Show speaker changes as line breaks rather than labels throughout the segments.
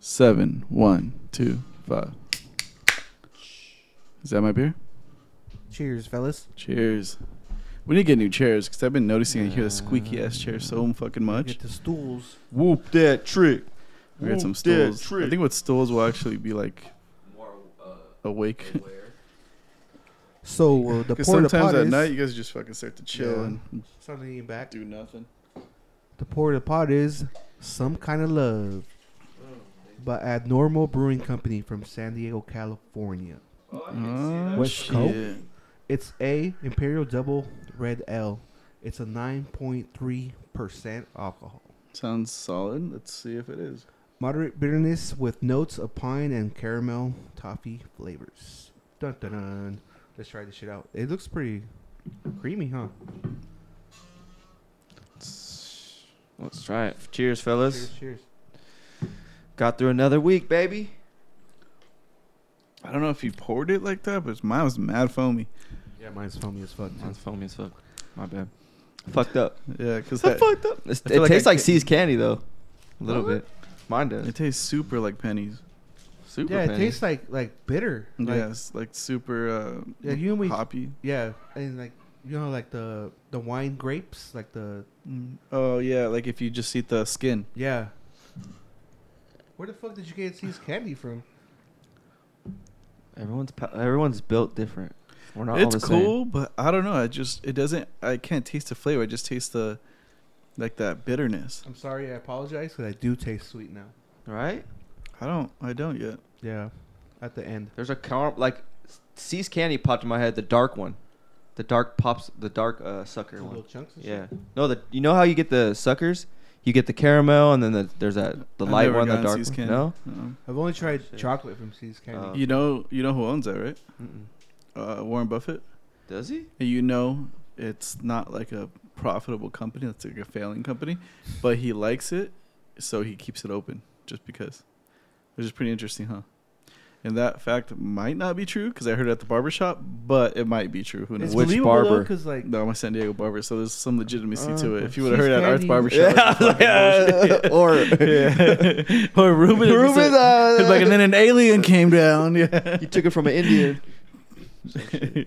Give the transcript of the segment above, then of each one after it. seven, one, two, five. Is that my beer?
Cheers, fellas.
Cheers. We need to get new chairs because I've been noticing I hear the squeaky ass chair so fucking much.
Get the stools.
Whoop that trick.
We got some
Whoop that
stools.
trick.
I think with stools we'll actually be like awake.
So uh, the
Because
porta
sometimes
potties.
at night you guys just fucking start to chill
Yeah.
and
Something in back.
do nothing.
The porta potties. Some kind of love. By Abnormal Brewing Company from San Diego, California.
Oh,
West
shit.
Coast?
It's a Imperial Double Red L. It's a 9.3% alcohol.
Sounds solid. Let's see if it is.
Moderate bitterness with notes of pine and caramel toffee flavors. Dun dun dun. Let's try this shit out. It looks pretty creamy, huh?
Let's let's try it. Cheers, fellas.
Cheers, cheers.
Got through another week, baby.
I don't know if you poured it like that, but mine was mad foamy.
Yeah, mine's foamy as fuck. Too.
Mine's foamy as fuck. My bad. Fucked up.
Yeah, because
I
that
fucked up. It's,
I
it
feel like
tastes
I
like
ca-
C's candy though. A little
What?
bit. Mine does.
it tastes super like pennies.
Super
Yeah, it
penny.
tastes like like bitter. Like,
yes, like super uh,
Yeah, you and me-
hoppy.
Yeah, and like you know, like the the wine grapes, like the
Oh yeah, like if you just eat the skin.
yeah. Where the fuck did you get these candy from?
everyone's pa- everyone's built different. We're not
it's
all the
cool, but I don't know. I just it doesn't. I can't taste the flavor. I just taste the like that bitterness.
I'm sorry, I apologize because I do taste sweet now.
same, right?
I don't. I don't yet.
Yeah, at the end.
There's a car- like C's candy popped in my head. The dark one, the dark pops, the dark uh, sucker
The little
one.
chunks and
Yeah.
shit.
No, the you know how you get the suckers? You get the caramel, and then the, there's that the
I've
light
never
one, the
gotten
dark
See's
one.
candy.
No.
Uh-uh.
I've only tried
Oh, Shit.
chocolate from C's Candy.
Oh.
You know. You know who owns that, right?
Mm-mm.
Uh, Warren Buffett.
Does he?
And You know, it's not like a profitable company. It's like a failing company, but he likes it, so he keeps it open just because. Which is pretty interesting, huh? And that fact might not be true because I heard it at the barber shop, but it might be true. Who knows?
it's
Which
believable
barber?
because like
No, I'm a San Diego barber, so there's some legitimacy to it.
Uh,
If you would have heard
she's
at Earth
candy.
Barbershop,
or
or Ruben,
Ruben, uh,
like, and then an alien came down. Yeah,
you took it from an Indian.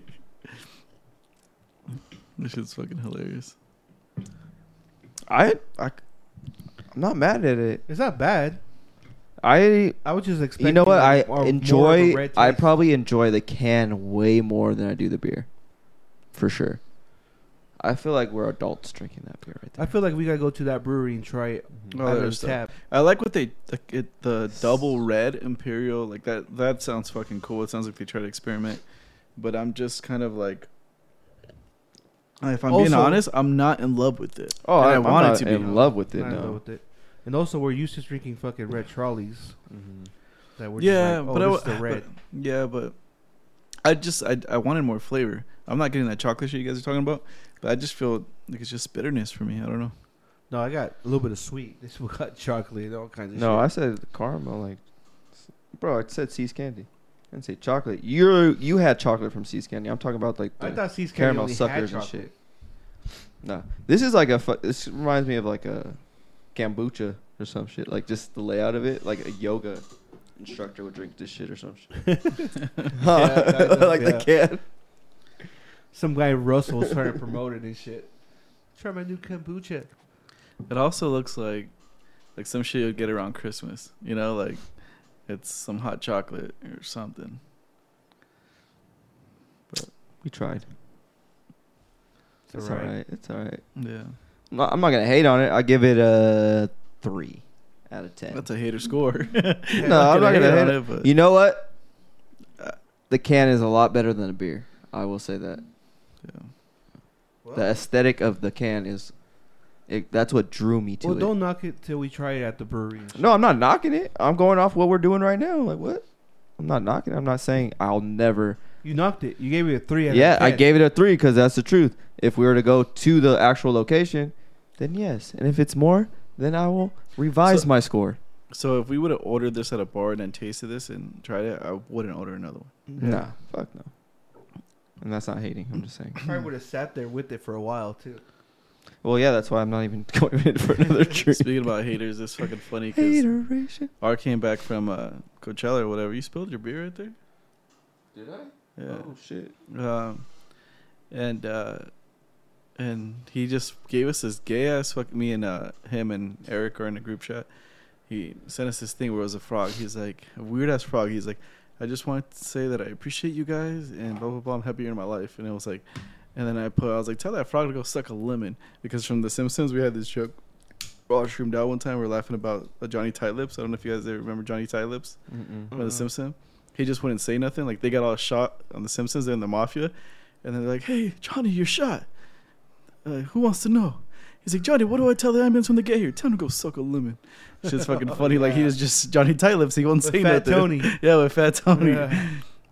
this shit's fucking hilarious.
I, I, am not mad at it.
it's not bad.
I,
I was just expecting.
you know what? I
like, more- more of a
enjoy.
red
I
taste.
probably enjoy the can way more than I do the beer, for sure. I feel like we're adults drinking that beer right
I
there.
feel like we gotta go to that brewery and try it
Mm-hmm.
Oh,
out
there's
of the
stuff.
tap.
I like what they like it, the double red imperial like that. That sounds fucking cool. It sounds like they try to experiment, but I'm just kind of like, if I'm being
Also-
honest, I'm not in love with it.
Oh,
And
I,
I
am
wanted
not
to be
in love with it.
I don't know
No.
with it. And also, we're used to drinking fucking red trolleys
Mm-hmm.
that we're
yeah,
just like, oh,
but I w-
this is the red.
but- yeah, but I just I, I wanted more flavor. I'm not getting that chocolate shit you guys are talking about, but I just feel like it's just bitterness for me. I don't know.
No, I got a little bit of sweet. This one got chocolate and all kinds of
No, I
shit.
said caramel. Like, s- bro, I said See's candy. I didn't say chocolate. You you had chocolate from See's candy. I'm talking about like the,
I thought C's Candy
caramel
only had
suckers and
chocolate.
shit. No, this is like a. fu- This reminds me of like a kombucha or some shit. Like just the layout of it. Like a yoga instructor would drink this shit or some shit.
Yeah, kind of,
like the can.
Some guy Russell was trying to promote it and shit. Try my new kombucha.
It also looks like like some shit you'd get around Christmas. You know, like it's some hot chocolate or something.
We tried.
It's
It's
all
all
right.
right. It's all right.
Yeah,
I'm not, I'm not gonna hate on it. I give it a three out of ten.
that's a hater score.
no, I'm not gonna hate
on
it.
but
You know what?
Uh,
The can is a lot better than a beer. I will say that.
yeah.
The aesthetic of the can is, it, that's what drew me to
Well,
it.
don't knock it till we try it at the brewery. and shit.
No, I'm not knocking it. I'm going off what we're doing right now. Like what? I'm not knocking. it. I'm not saying I'll never.
You knocked it. You gave it a three.
Yeah,
Out of
I
10.
gave it a three because that's the truth. If we were to go to the actual location, then yes. And if it's more, then I will revise
So-
my score.
So if we would have ordered this at a bar and then tasted this and tried it, I wouldn't order another one.
Nah, fuck no. And that's not hating. I'm just saying.
Probably would have sat there with it for a while too.
Well, yeah, that's why I'm not even going in for another drink.
Speaking about haters, it's fucking funny because
Hateration.
R came back from uh, Coachella or whatever. You spilled your beer right there.
Did I?
Yeah.
Oh shit.
Um, and uh, and he just gave us this gay ass fuck. Me and uh, him and Eric are in a group chat. He sent us this thing where it was a frog. He's like a weird ass frog. He's like, I just want to say that I appreciate you guys and blah blah blah. I'm happy you're in my life. And it was like, and then I put I was like, tell that frog to go suck a lemon because from The Simpsons we had this joke. We're all shroomed out one time. We are laughing about uh, Johnny Tight Lips. I don't know if you guys ever remember Johnny Tight Lips
Mm-mm.
by the
Mhm.
Simpsons. He just wouldn't say nothing. Like they got all shot on the Simpsons and the mafia, and they're like, "Hey, Johnny, you're shot. Uh, who wants to know?" He's like, "Johnny, what do I tell the ambulance when they get here? Tell them to go suck a lemon." Shit's fucking funny. Like he
Oh, Yeah.
was just Johnny Tight Lips. He wouldn't
With
say
Fat
nothing.
Tony.
Yeah, with Fat Tony.
Yeah.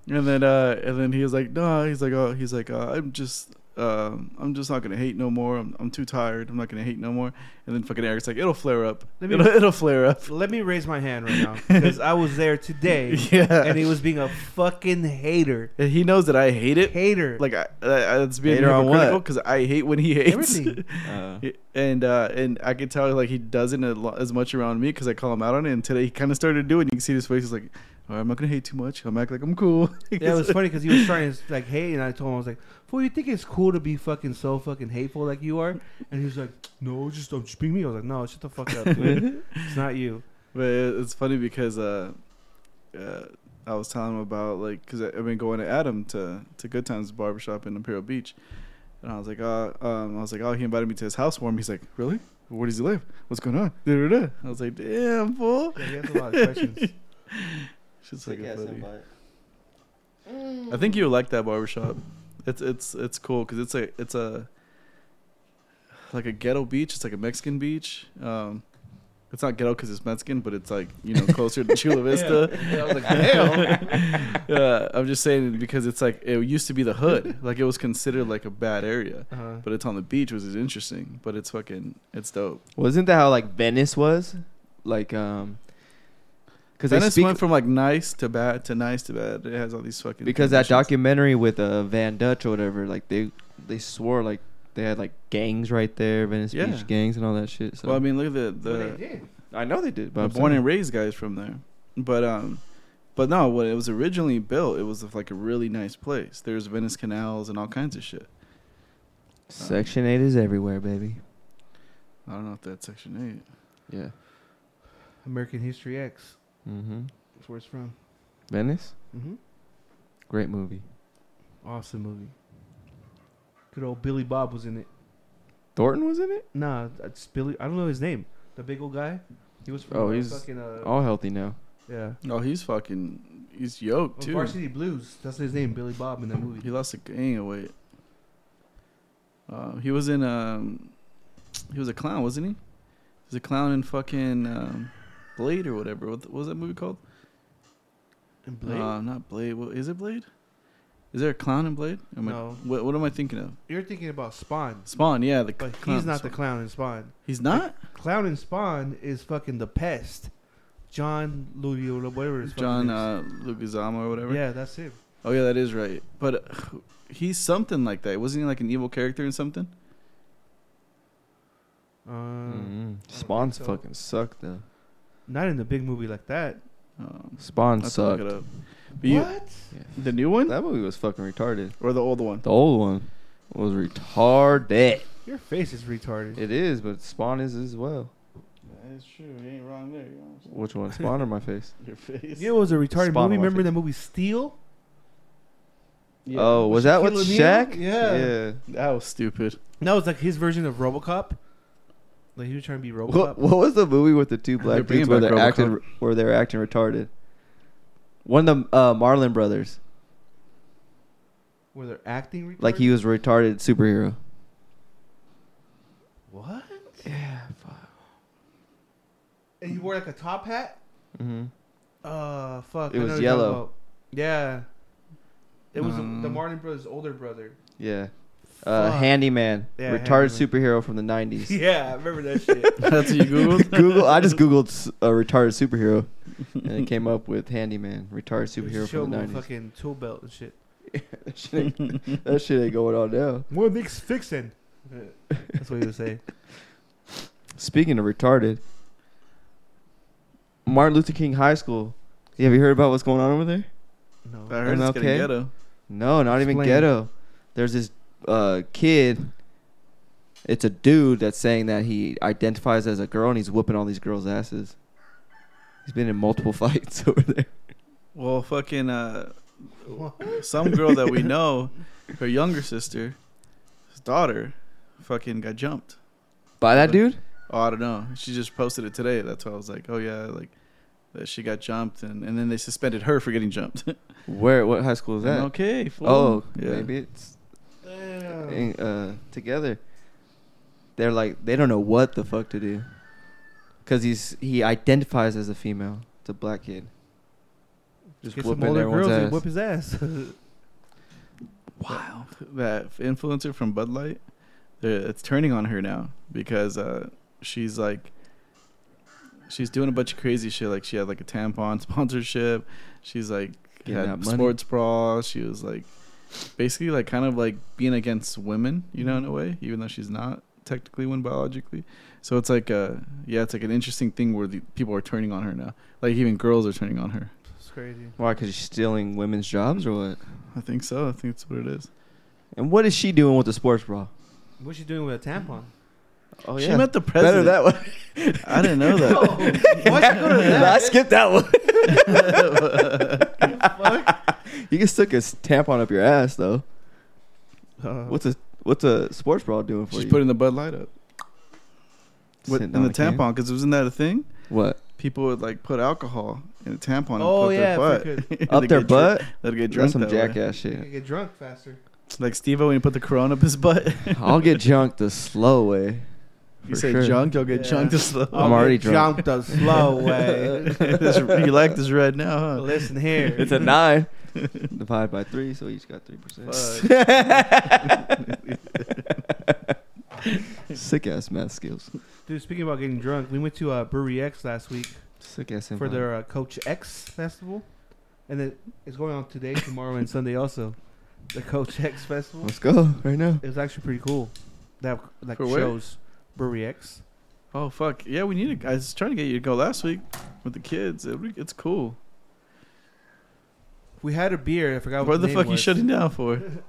And then uh, and then he was like, "No," he's like, "Oh, he's like, uh, I'm just." Um, I'm just not gonna hate no more. I'm, I'm too tired. I'm not gonna hate no more. And then fucking Eric's like, it'll flare up.
Let me-
it'll, it'll flare up.
Let me raise my hand right now because I was there today
yeah.
and he was being a fucking hater.
And he knows that I hate it.
Hater.
Like I, I, it's being
Hater on what?
hypocritical because I hate when he hates.
Everything.
Uh,
and uh, and I can tell like he doesn't a lo- as much around me because I call him out on it. And today he kind of started doing. You can see his face. He's like, "All right, I'm not gonna hate too much. I'm act like I'm cool."
Yeah, it was funny because he was trying to like hate, and I told him I was like, "Fool, you think it's cool to be fucking so fucking hateful like you are?" And he was like, "No, just don't speak me." I was like, "No, shut the fuck up, dude. it's not you."
But it- it's funny because uh, uh, I was telling him about like because I've been going to Adam to to Good Times Barbershop in Imperial Beach, and I was like, uh, um, I was like, oh, he invited me to his house warm. He's like, really? Where does he live? What's going on? Da-da-da. I was like, damn fool.
Yeah, he has a lot of questions.
Shit's like funny. I think you would like that barbershop. It's it's it's cool because it's a it's a like a ghetto beach. It's like a Mexican beach. Um, it's not ghetto because it's Mexican, but it's like you know closer to Chula Vista.
Yeah, I was like,
yeah, I'm just saying because it's like it used to be the hood, like it was considered like a bad area,
Uh-huh.
but it's on the beach, which is interesting. But it's fucking, it's dope.
Wasn't that how like Venice was? Like um, because
Venice went from like nice to bad to nice to bad. It has all these fucking
because that
transitions.
documentary with uh, Van Dutch or whatever, like they they swore like they had like gangs right there, Venice
Yeah.
Beach gangs and all that shit. So
Well, I mean, look at the
But
the
they did.
I know they did, but
the
I'm
born
saying-
and raised guys from there. But um, but no, when it was originally built, it was like a really nice place. There's Venice canals and all kinds of shit.
Section Eight is everywhere, baby.
I don't know if that's Section Eight.
Yeah.
American History X.
Mm-hmm.
That's where it's from.
Venice,
hmm
great movie.
Awesome movie. Good old Billy Bob was in it.
Thornton was in it.
Nah, it's Billy. I don't know his name. The big old guy. He was from
Oh,
uh,
he's-
fucking uh,
All healthy now.
yeah.
Oh, he's fucking, he's yoked
Well,
too.
Varsity Blues. That's his name, Billy Bob, in that movie.
He lost a gang of weight. Uh, he was in um, he was a clown, wasn't he? He was a clown in fucking um, Blade or whatever. What, the- what was that movie called?
And Blade?
Uh, not Blade. What, is it Blade? Is there a clown in Blade? Am I-
No.
what, what am I thinking of?
You're thinking about Spawn,
Spawn. Yeah, the
but
clown.
he's not the
Spawn.
clown in Spawn.
He's not
Clown in Spawn is fucking the pest. John Louis or whatever his fucking
John
name is.
uh, Luguzama or whatever.
Yeah, that's him.
Oh yeah, that is right. But uh, he's something like that. Wasn't he like an evil character in something?
Uh,
mm Spawn's
so.
fucking sucked though.
Not in the big movie like that.
Um,
Spawn
I'll have to look
sucked.
it up. But you-
what?
the new one
That movie was fucking retarded.
or the old one?
The old one was retarded.
Your face is retarded.
It is, but Spawn is as well.
That's true. You ain't wrong there. You know what
Which one? Spawn or my face?
I'm saying? Your face.
it was a retarded
Spawn on
movie.
my
Remember
feet.
that movie Steel?
Oh,
With
was that with
Shaquille
Shaq?
O'Neal? Yeah.
Yeah.
Oh, that was stupid.
That was like his version of RoboCop. Like he was trying to be RoboCop.
What, what was the movie with the two
They're
black
bringing
dudes where
back
they're acting
RoboCop.
where they're acting retarded? One of the uh, Marlon brothers,
Where they're acting retarded.
like he was a retarded superhero.
What?
Yeah. Fuck.
And he wore like a top hat.
Mm-hmm.
Uh, fuck.
It
I know what
was
you're talking
yellow.
about. Yeah. It was the- the
Um,
Martin Brothers' older brother.
Yeah. Uh,
Fuck.
handyman,
Yeah,
retarded
Handyman.
superhero from the nineties.
Yeah, I remember that shit.
That's what you googled.
Google. I just googled s- uh, retarded superhero, and it came up with handyman, retarded superhero
Show
from the
him
nineties.
fucking tool belt and shit.
that, shit ain't- that shit ain't going on now.
What makes fixin'? That's what he was saying.
Speaking of retarded, Martin Luther King High School. Have you heard about what's going on over there?
No.
I heard it's
MLK?
getting ghetto.
No, not even
Explain.
ghetto. There's this uh, kid. It's a dude that's saying that he identifies as a girl and he's whooping all these girls' asses. He's been in multiple fights over there.
Well, fucking uh, some girl that we know, her younger sister, his daughter, fucking got jumped.
By that dude?
Oh, I don't know. She just posted it today. That's why I was like, oh yeah, like that she got jumped, and, and then they suspended her for getting jumped.
Where? What high school is that?
okay. Fool.
Oh,
yeah.
maybe it's
Damn.
in- uh, together. They're like they don't know what the fuck to do, cause he's he identifies as a female. It's a black kid. Just
Get some
whooping
older
everyone's
girls
ass.
and whip his ass.
Wow. That influencer from Bud Light, they're- it's turning on her now because uh, she's like, she's doing a bunch of crazy shit. Like she had like a tampon sponsorship. She's like
Getting that
had
money.
sports bra. She was like, basically like kind of like being against women, you know, in a way, even though she's not technically one biologically. So it's like, uh, yeah, it's like an interesting thing where the people are turning on her now. Like even girls are turning on her.
it's crazy.
Why? Cause she's stealing women's jobs or what?
I think so. I think that's what it is.
And what is she doing with the sports bra?
What's she doing with a tampon?
Oh
She met the
better
president.
that way.
I didn't know that.
I skipped that one. You can stick a s- tampon up your ass though.
Uh,
What's a what's a sports bra doing for
She's
you?
putting the Bud Light up with,
Sitting
in
on
the
a can?
tampon because wasn't that a thing?
What
People would like put alcohol in a tampon and
Oh,
put their
yeah,
butt.
if they
They'd
up their
get
butt?
Dr- that'd get drunk
That's some
that way.
jackass
You
shit.
can get drunk faster.
Like Steve when he put the Corona up his butt.
I'll get junked the slow way.
you
For
say
sure.
junk, you'll get
Yeah.
junked as slow.
Oh,
I'm already drunk.
Jump the slow way.
This- you like this red now, huh?
Listen here.
It's a nine divided by three, so each got three
Fuck.
percent. Sick ass math skills.
Dude, speaking about getting drunk, we went to uh, Brewery X last week
Sick ass.
for
invite.
their uh, Coach X festival, and it, it's going on today, tomorrow, and Sunday also. The Coach X festival.
Let's go right now.
It was actually pretty cool. They have like
For where?
shows. Brewery X.
Oh fuck, yeah, we need. A, I was trying to get you to go last week with the kids. It, it's cool.
We had a beer. I forgot
What
what
the
name
fuck you
was.
shutting down for?
I'm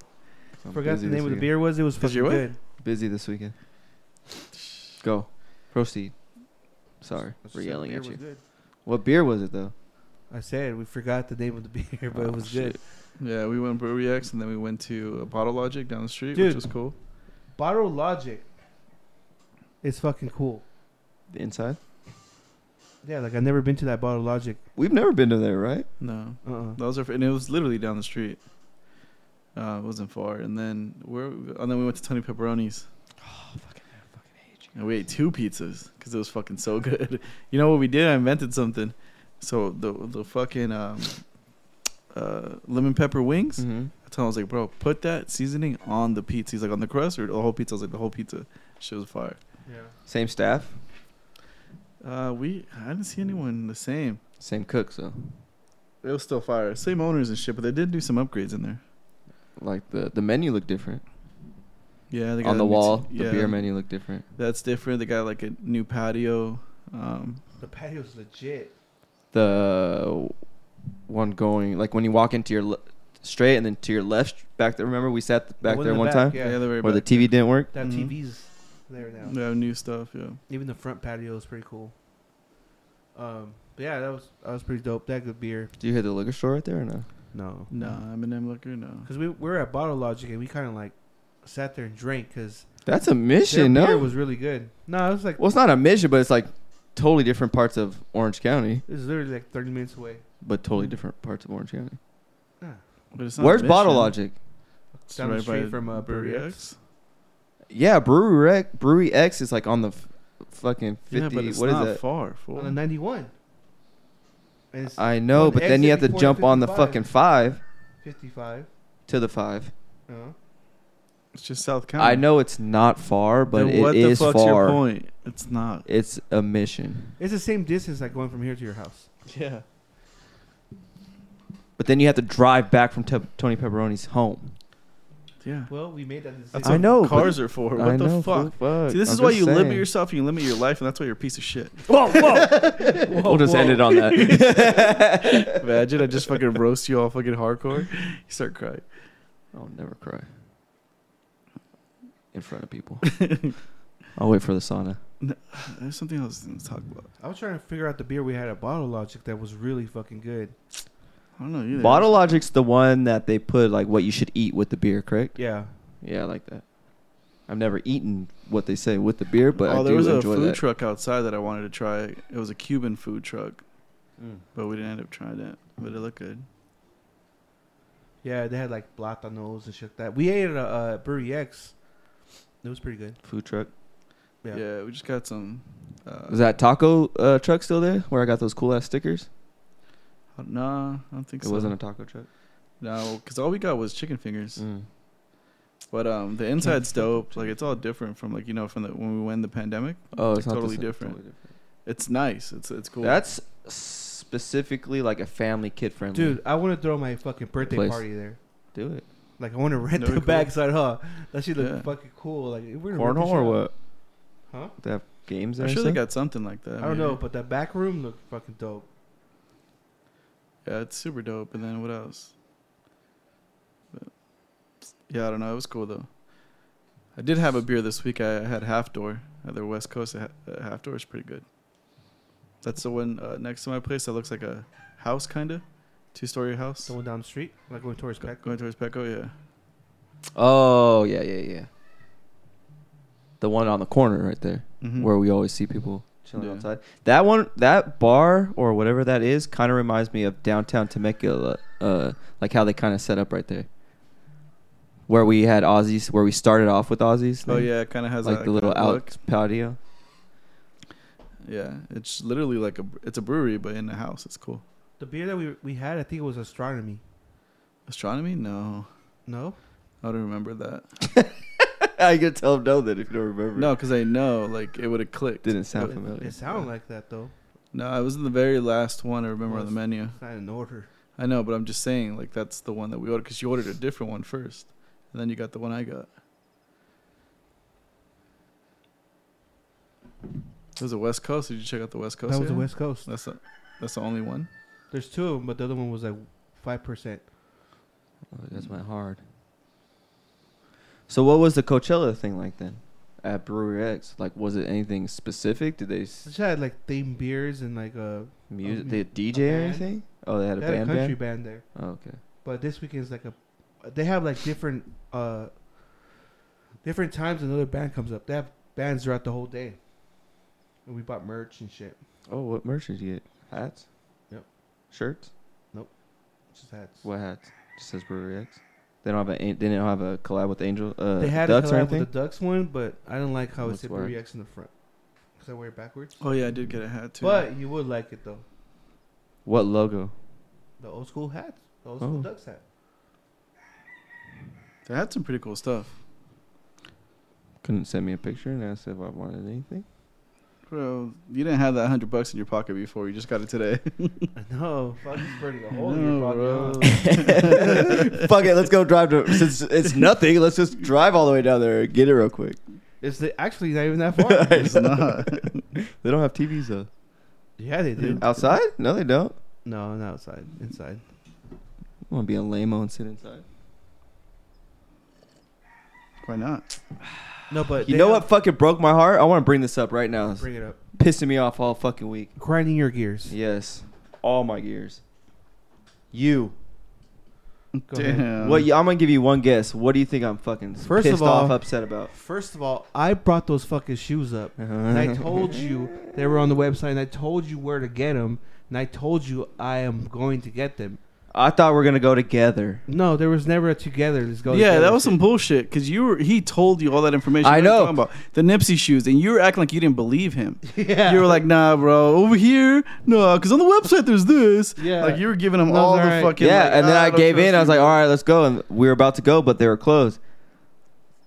Forgot
busy
the name of
this
the
weekend.
beer was. It was
Is
fucking
your
good.
Busy this weekend. Go. Proceed. Sorry for yelling at you. What beer was it though?
I said we forgot the name of the beer, but
Oh,
it was
shit.
good.
Yeah, we went Brewery X and then we went to uh, Bottle Logic down the street,
Dude.
which was cool.
Bottle Logic. It's fucking cool.
The inside.
Yeah, like I've never been to that Bottle Logic.
We've never been to there, right?
No,
Uh-uh.
Those are, and it was literally down the street. Uh, it wasn't far, and then where, and then we went to Tony Pepperoni's,
Oh,
and we ate two pizzas because it was fucking so good. You know what we did? I invented something. So the the fucking um, uh, lemon pepper wings.
Mm-hmm.
I told him I was like, bro, put that seasoning on the pizza. He's like, on the crust or the whole pizza. I was like, the whole pizza. Shit was fire.
Yeah.
Same staff,
Uh, we I didn't see anyone the same.
same cook, so
It was still fire. Same owners and shit, but they did do some upgrades in there.
like the the menu looked different
Yeah, they got
on the
a new t-
wall. The
yeah.
beer menu looked different.
That's different. They got like a new patio. Um,
The patio's legit.
The one going like when you walk into your le- straight and then to your left back there. Remember we sat back
one in
there
the
one
back,
time
yeah,
Yeah.
they're very
where the
back.
TV didn't work.
That
Mhm.
TV's there now.
They have new stuff. Yeah,
Even the front patio is pretty cool. Um, but yeah, that was that was pretty dope. That good beer.
Do you hit the liquor store right there or no?
No.
no, I'm an M liquor. No,
Because we, we were at Bottle Logic and we kind of like sat there and drank because
That's a
their
mission,
beer
no?
was really good. No, it was like
well, it's not a mission, but it's like totally different parts of Orange County,
it was literally like 30 minutes away.
but totally different parts of Orange County.
Yeah.
but Mm. it's
Where's
a
Bottle
mission.
Logic?
It's
Down the
right
street
by
from, uh, Brewery
X.
Yeah, Brewery X, Brewery X is like on the f- fucking 50.
yeah, but it's
what is
not
that?
far. Fool.
On the 91. And it's
I know,
on
but
the
then you have
exit
to
before
jump
the
on the
55.
fucking 5
55.
to the 5.
Uh,
it's just South County.
I know it's not far, but
Then
it
what
is
the fuck's your
far.
point? It's not.
It's a mission.
it's the same distance like going from here to your house.
Yeah.
But then you have to drive back from Te- Tony Pepperoni's home.
Yeah.
Well, we made that
That's
decision.
I
what
know, but-
cars are for. What
I
the
know,
fuck? See, this
I'm
is why
just
you limit
saying.
yourself and you limit your life, and that's why you're a piece of shit.
Whoa, whoa.
we'll just end it on that.
Imagine I just fucking roast you all fucking hardcore. You start crying.
I'll never cry in front of people. I'll wait for the sauna.
There's something else I didn't talk about.
I was trying to figure out the beer we had at Bottle Logic that was really fucking good.
I don't know either.
Bottle Logic's the one that they put like what you should eat with the beer, correct?
Yeah.
Yeah, I like that. I've never eaten what they say with the beer, but
oh,
I
there
do
was a
enjoy
food
that.
truck outside that I wanted to try. It was a Cuban food truck,
Mm.
but we didn't end up trying it. But it looked good.
Yeah, they had like platanos and shit like that. We ate at a uh, Brewery X. It was pretty good.
Food truck.
Yeah,
Yeah.
we just got some. Uh,
Is that taco uh, truck still there? Where I got those cool ass stickers?
Nah, I don't think
It
so.
wasn't a Mm. taco truck.
No, because all we got was chicken fingers. But um, the inside's dope. Like it's all different from like you know from the when we went the pandemic.
Oh,
It's
it's not the
totally
same-
different.
totally different.
It's nice. It's it's cool.
That's specifically like a family kid friendly.
Dude, I want to throw my fucking birthday
Place.
party there.
do it.
Like, I want to rent
That'd
the
be cool.
backside, huh? That shit look
Yeah.
fucking cool. Like, we're gonna rent
Cornhole
this
or
shit out.
what?
Huh?
They have games there.
I'm
and
sure they
stuff?
got something like that.
I don't
maybe.
know, but that back room looked fucking dope.
Yeah, it's super dope. And then what else? But, yeah, I don't know. It was cool though. I did have a beer this week. I I had Half Door at the West Coast. uh, Ha- Half Door is pretty good. That's the one uh, next to my place that looks like a house, kind of two story house.
Someone down the street, like going towards
Go-
back.
going towards Petco, yeah.
Oh yeah, yeah, yeah. The one on the corner right there,
Mhm.
where we always see people chilling
Yeah.
outside. That one, that bar or whatever that is, kind of reminds me of downtown Temecula, uh, like how they kind of set up right there, where we had Aussies, where we started off with Aussies.
Oh
thing,
yeah, it kind of has
like
that-
the little
that
out
look.
patio.
Yeah, it's literally like a it's a brewery, but in a house. It's cool.
The beer that we we had, I think it was astronomy.
Astronomy? No,
No,
I don't remember that.
I can tell them no then if you don't remember.
No, because I know like it would have clicked.
didn't sound
it,
familiar.
it sounded like that though.
No, it was in the very last one I remember on the
Was.
menu.
It's not in order.
I know, but I'm just saying like that's the one that we ordered because you ordered a different one first, and then you got the one I got. It was a West Coast. Did you check out the West Coast?
that was the
yet?
West Coast.
That's the, that's the only one.
There's two of them, but the other one was like five percent.
Oh, that's my hard. So what was the Coachella thing like then? At Brewery X, like was it anything specific? Did they
It just had like themed beers and like a,
music?
Um,
They had DJ
a
or
band.
anything? Oh, they had a
they had a
band.
country
band?
band there.
Oh, okay.
But this weekend's like a, they have like different uh, different times another band comes up. They have bands throughout the whole day. And we bought merch and shit.
Oh, what merch did you get? Hats.
Yep.
Shirts.
Just hats.
What hats? Just says Brewery X. They don't have a. an- They didn't have a collab with Angel. Uh,
They had
Ducks
a
or
collab with
anything.
the Ducks one, but I didn't like how it
Looks
said
weird.
Brewery X in the front because I wear it backwards.
Oh yeah, I did get a hat too.
But you would like it though.
What logo?
The old school hats, the old school
Oh.
Ducks hat.
they had some pretty cool stuff.
Couldn't send me a picture and ask if I wanted anything.
Bro, you didn't have that hundred bucks in your pocket before. You just got it today.
I know. Fuck, he's burning a hole
No,
in
bro.
your pocket.
Fuck it, let's go drive to. Since it's nothing, let's just drive all the way down there and get it real quick.
It's the, actually not even that far.
it's not.
They don't have TVs though.
yeah, they do.
Outside? No, they don't.
No, not outside. Inside.
I want to be a lame and sit inside.
Why not?
No, but
you
they
know
have-
what fucking broke my heart? I want to bring this up right now. It's
Bring it up.
pissing me off all fucking week.
Grinding your gears.
Yes, all my gears. You.
Go ahead.
Damn.
what? I'm gonna give you one guess. What do you think I'm fucking
Um, First of
pissed off,
all-
upset about?
First of all, I brought those fucking shoes up. And I told you they were on the website, and I told you where to get them, and I told you I am going to get them.
I thought we are gonna go together.
No, there was never a together. Let's go.
Yeah,
together
that was
shit.
some bullshit because you were. He told you all that information.
I
What are you
know.
talking about the Nipsey shoes, and you were acting like you didn't believe him.
Yeah.
You were like, "Nah, bro, over here, no, because on the website there's this."
Yeah.
like you were giving him
No,
all
it's
the
alright.
fucking.
Yeah,
like,
and then
"Ah,
I,
don't
gave
trust
in. I was
you."
like, all right, let's go. And we were about to go, but they were closed.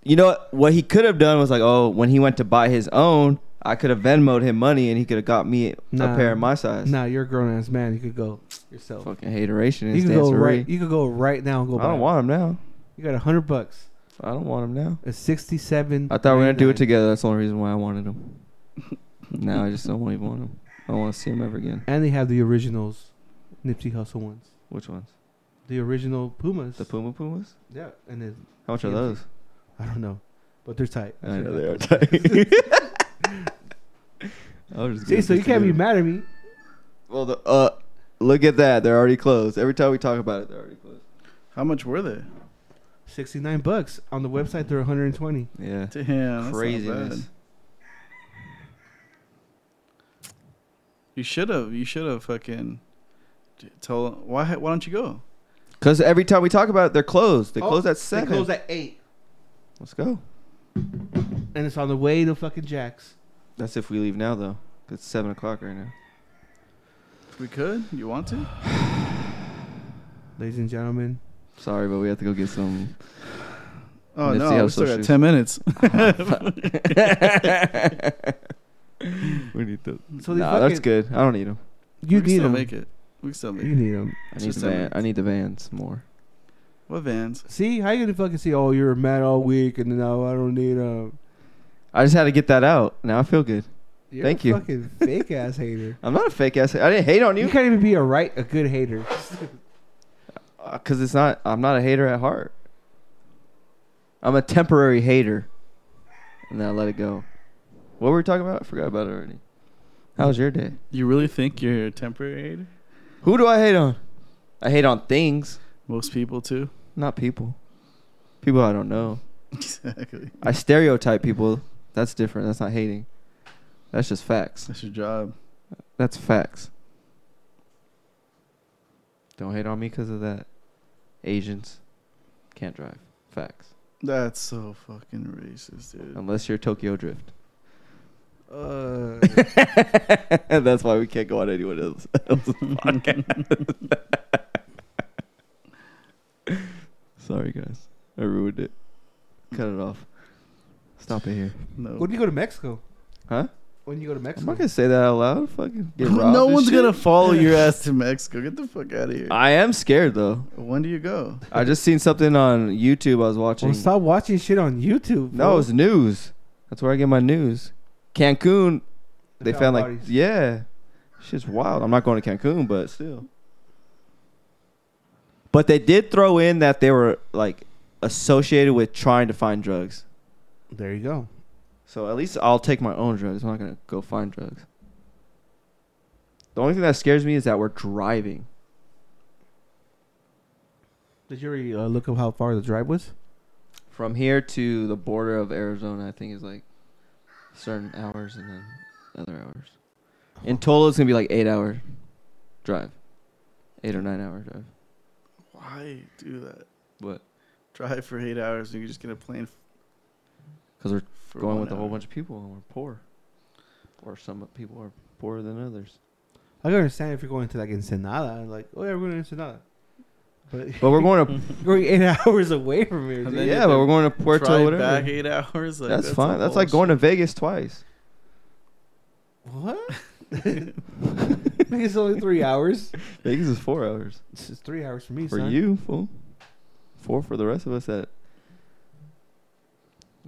You know what? What he could have done was like, oh, when he went to buy his own, I could have Venmoed him money and he could have got me
Nah.
a pair of my size.
Nah, you're a grown ass man. You could go yourself.
Fucking hateration and
You could go
stancery.
right. You could go right now and go.
I
buy
don't
it.
want him now.
You got a hundred bucks.
I don't want him now.
It's 67.
I thought we were gonna do it together. That's the only reason why I wanted him. now I just don't even want him. I don't want to see him ever again.
And they have the originals, Nipsey Hussle ones.
Which ones?
The original Pumas.
The Puma Pumas?
yeah, and then
How much are
Yeah.
those?
I don't know, but they're tight.
I know they are I was just
See,
gonna
so you
just
can't
do
be
it.
mad at me.
Well, the, uh, look at that. They're already closed. Every time we talk about it, they're already closed.
How much were they?
69 bucks on the website. They're 120.
Yeah.
Damn, craziness.
Craziness.
You should have. You should have fucking t- told. Why? ha- Why don't you go?
Because every time we talk about it, they're closed. They
Oh,
close at seven.
They close at eight,
Let's go.
and it's on the way to fucking Jack's.
That's if we leave now, though. 'cause It's seven o'clock right now.
We could. You want to?
Ladies and gentlemen,
Sorry, but we have to go get some.
Oh
Nipsey
no, we
Hussle
still got
shoes.
ten minutes.
we need those.
so they
nah,
fucking,
that's good. I don't need them.
You
we can
need
still
them.
make it. We can still make
You
it.
need them.
I
It's
need
just
the
seven
van.
minutes.
I need the vans more.
What vans?
See, how you gonna fucking see? Oh, you're mad all week, and now I don't need them.
I just had to get that out. Now I feel good.
You're
Thank
a
you.
Fucking fake ass hater.
I'm not a fake ass. I didn't hate on
You
you
can't even be a right, a good hater.
because Uh, it's not. I'm not a hater at heart. I'm a temporary hater, and then I let it go. What were we talking about? I forgot about it already. How was your day?
You really think you're a temporary aid?
Who do I hate on? I hate on things,
Most people too.
not people. People I don't know.
Exactly.
I stereotype people. That's different. That's not hating. That's just facts.
That's your job.
That's facts. Don't hate on me because of that. Asians can't drive. Facts.
That's so fucking racist, dude.
Unless you're Tokyo Drift.
Uh,
And that's why we can't go on anyone else. else's podcast. Sorry, guys. I ruined it. Cut it off. Stop it here.
No.
when do you go to Mexico?
Huh?
When you go to
I'm
Mexico?
not going to say that out loud. Fucking get robbed.
no
and
one's
shit.
gonna follow your ass to Mexico. Get the fuck out of here.
I am scared, though.
when do you go?
I just seen something on YouTube I was watching.
Well, stop watching shit on YouTube.
No,
fool.
it's news. That's where I get my news. Cancun, they found like
bodies.
yeah, shit's wild. I'm not going to Cancun, but still. But they did throw in that they were like associated with trying to find drugs.
There you go.
So at least I'll take my own drugs. I'm not gonna go find drugs. The only thing that scares me is that we're driving.
Did you already uh, look up how far the drive was?
from here to the border of Arizona, I think is like certain hours and then other hours. In total, it's gonna be like eight hour drive, eight or nine hour drive.
Why do that?
What?
Drive for eight hours and you just get a plane.
Because we're
For
going
one
with a whole
hour.
bunch of people and we're poor, or some people are poorer than others.
I can understand if you're going to like Ensenada, like oh yeah, we're going to Ensenada, but
But we're going to
you're going eight hours away from here.
And
dude.
then
yeah,
you
but
have
we're going to Puerto
Drive
whatever.
back eight hours. Like,
that's,
a
fine. That's like going to Vegas twice.
What? it's only three hours.
Vegas is four hours
This is three hours for me.
for
son.
you, fool. Four for the rest of us that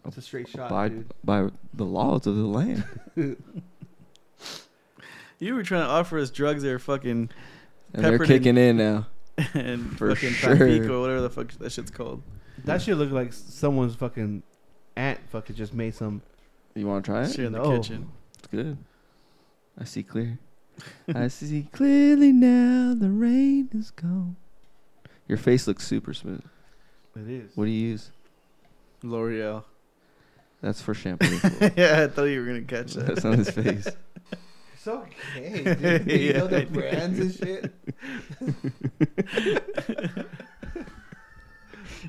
it's a straight shot,
abide
dude.
by the laws of the land.
You were trying to offer us drugs. They were fucking
And they're
Peppermint.
kicking in now.
and
For
fucking
sure.
Tampico, whatever the fuck that shit's called.
That shit looked like someone's fucking aunt fucking just made some.
You want to try it?
Shit in the
No.
kitchen.
It's good. I see clear. I see clearly now. The rain is gone. Your face looks super smooth.
It is.
What do you use?
L'Oreal.
That's for shampoo.
yeah, I thought you were gonna catch that.
That's on his face.
It's okay, dude. You know the brands and shit.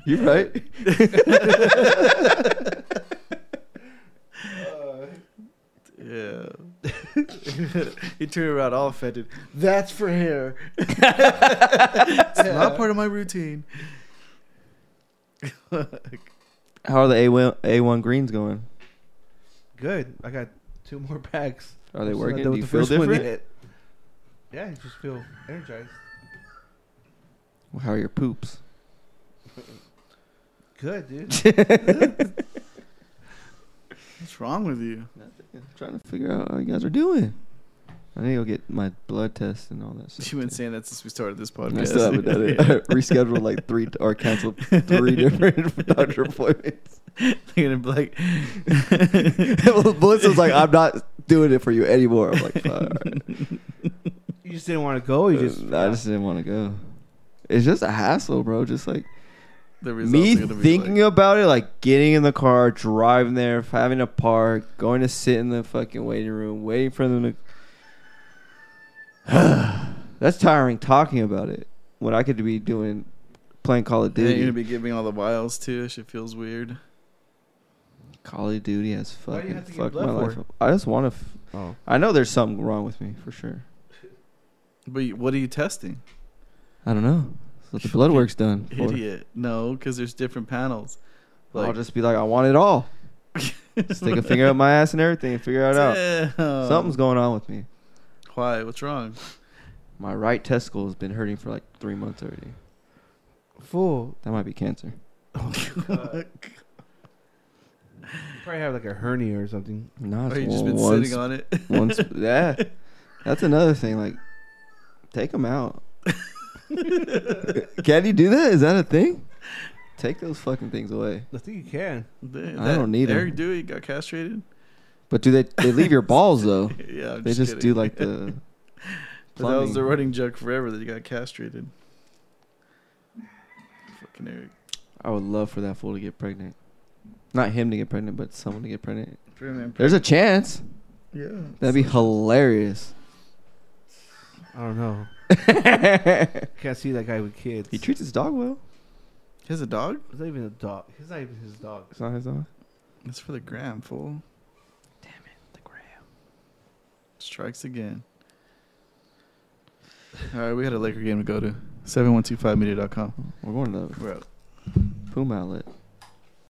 You right?
Yeah. he turned around all offended. That's for hair. it's not part of my routine.
How are the A1, A1 greens going?
Good. I got two more packs.
Are they
Still not
working?
done
Do
with
you
the
feel
first one
different?
yet. Yeah, you just feel energized.
How are your poops?
good, dude.
What's wrong with you?
trying to figure out how you guys are doing. I need to go get my blood test and all that stuff.
You've been saying that since we started this
And
podcast.
I still haven't done it. I rescheduled like three t- or canceled three different doctor appointments.
They're gonna be like,
Well, Melissa's like, I'm not doing it for you anymore. I'm like, "Fuck, all right."
You just didn't want to go. "Oh, You just.
I just didn't want to go. It's just a hassle, bro. Just like
the
me
results are gonna be
thinking
like,
about it, like getting in the car, driving there, having a park, going to sit in the fucking waiting room, waiting for them to. That's tiring talking about it when I could be doing playing Call of
Dude,
Duty.
you're gonna be giving all the wiles too. That Shit feels weird.
Call of Duty has
Why do you
fucking
have to get
fucked my
blood
life
for
up. I just want to. F-
Oh.
I know there's something wrong with me for sure.
But you- what are you testing?
I don't know. That's what the blood work's done. for.
Idiot. No, because there's different panels.
I'll just be like, I want it all. Stick a finger up my ass and everything and figure it out.
Damn.
Something's going on with me.
Why? What's wrong?
My right testicle has been hurting for like three months already.
Fool.
That might be cancer. Oh
God. You probably have like a hernia or something.
Or
No, it's
Oh, you just been
one,
sitting on it.
one sp- yeah, that's another thing. Like, take them out. Can you do that? Is that a thing? Take those fucking things away.
I think you can.
Damn,
I
that
don't need 'em.
Eric Dewey got castrated.
But do they? They leave your balls though.
Yeah, I'm
They just,
kidding.
do like the.
But that was the
plumbing.
running joke forever that he got castrated. Fucking Eric.
I would love for that fool to get pregnant. Not him to get pregnant, but someone to get pregnant.
Pretty
There's a chance.
yeah.
That'd be hilarious.
I don't know. Can't see that guy with kids.
He treats his dog well.
He has a dog.
It's not even a dog. He's not even his dog.
It's not his dog.
That's for the gram fool.
The gram.
Strikes again. All right, we got a Laker game to go to. Seven one two five media.com.
We're going to
We're out.
the Puma outlet.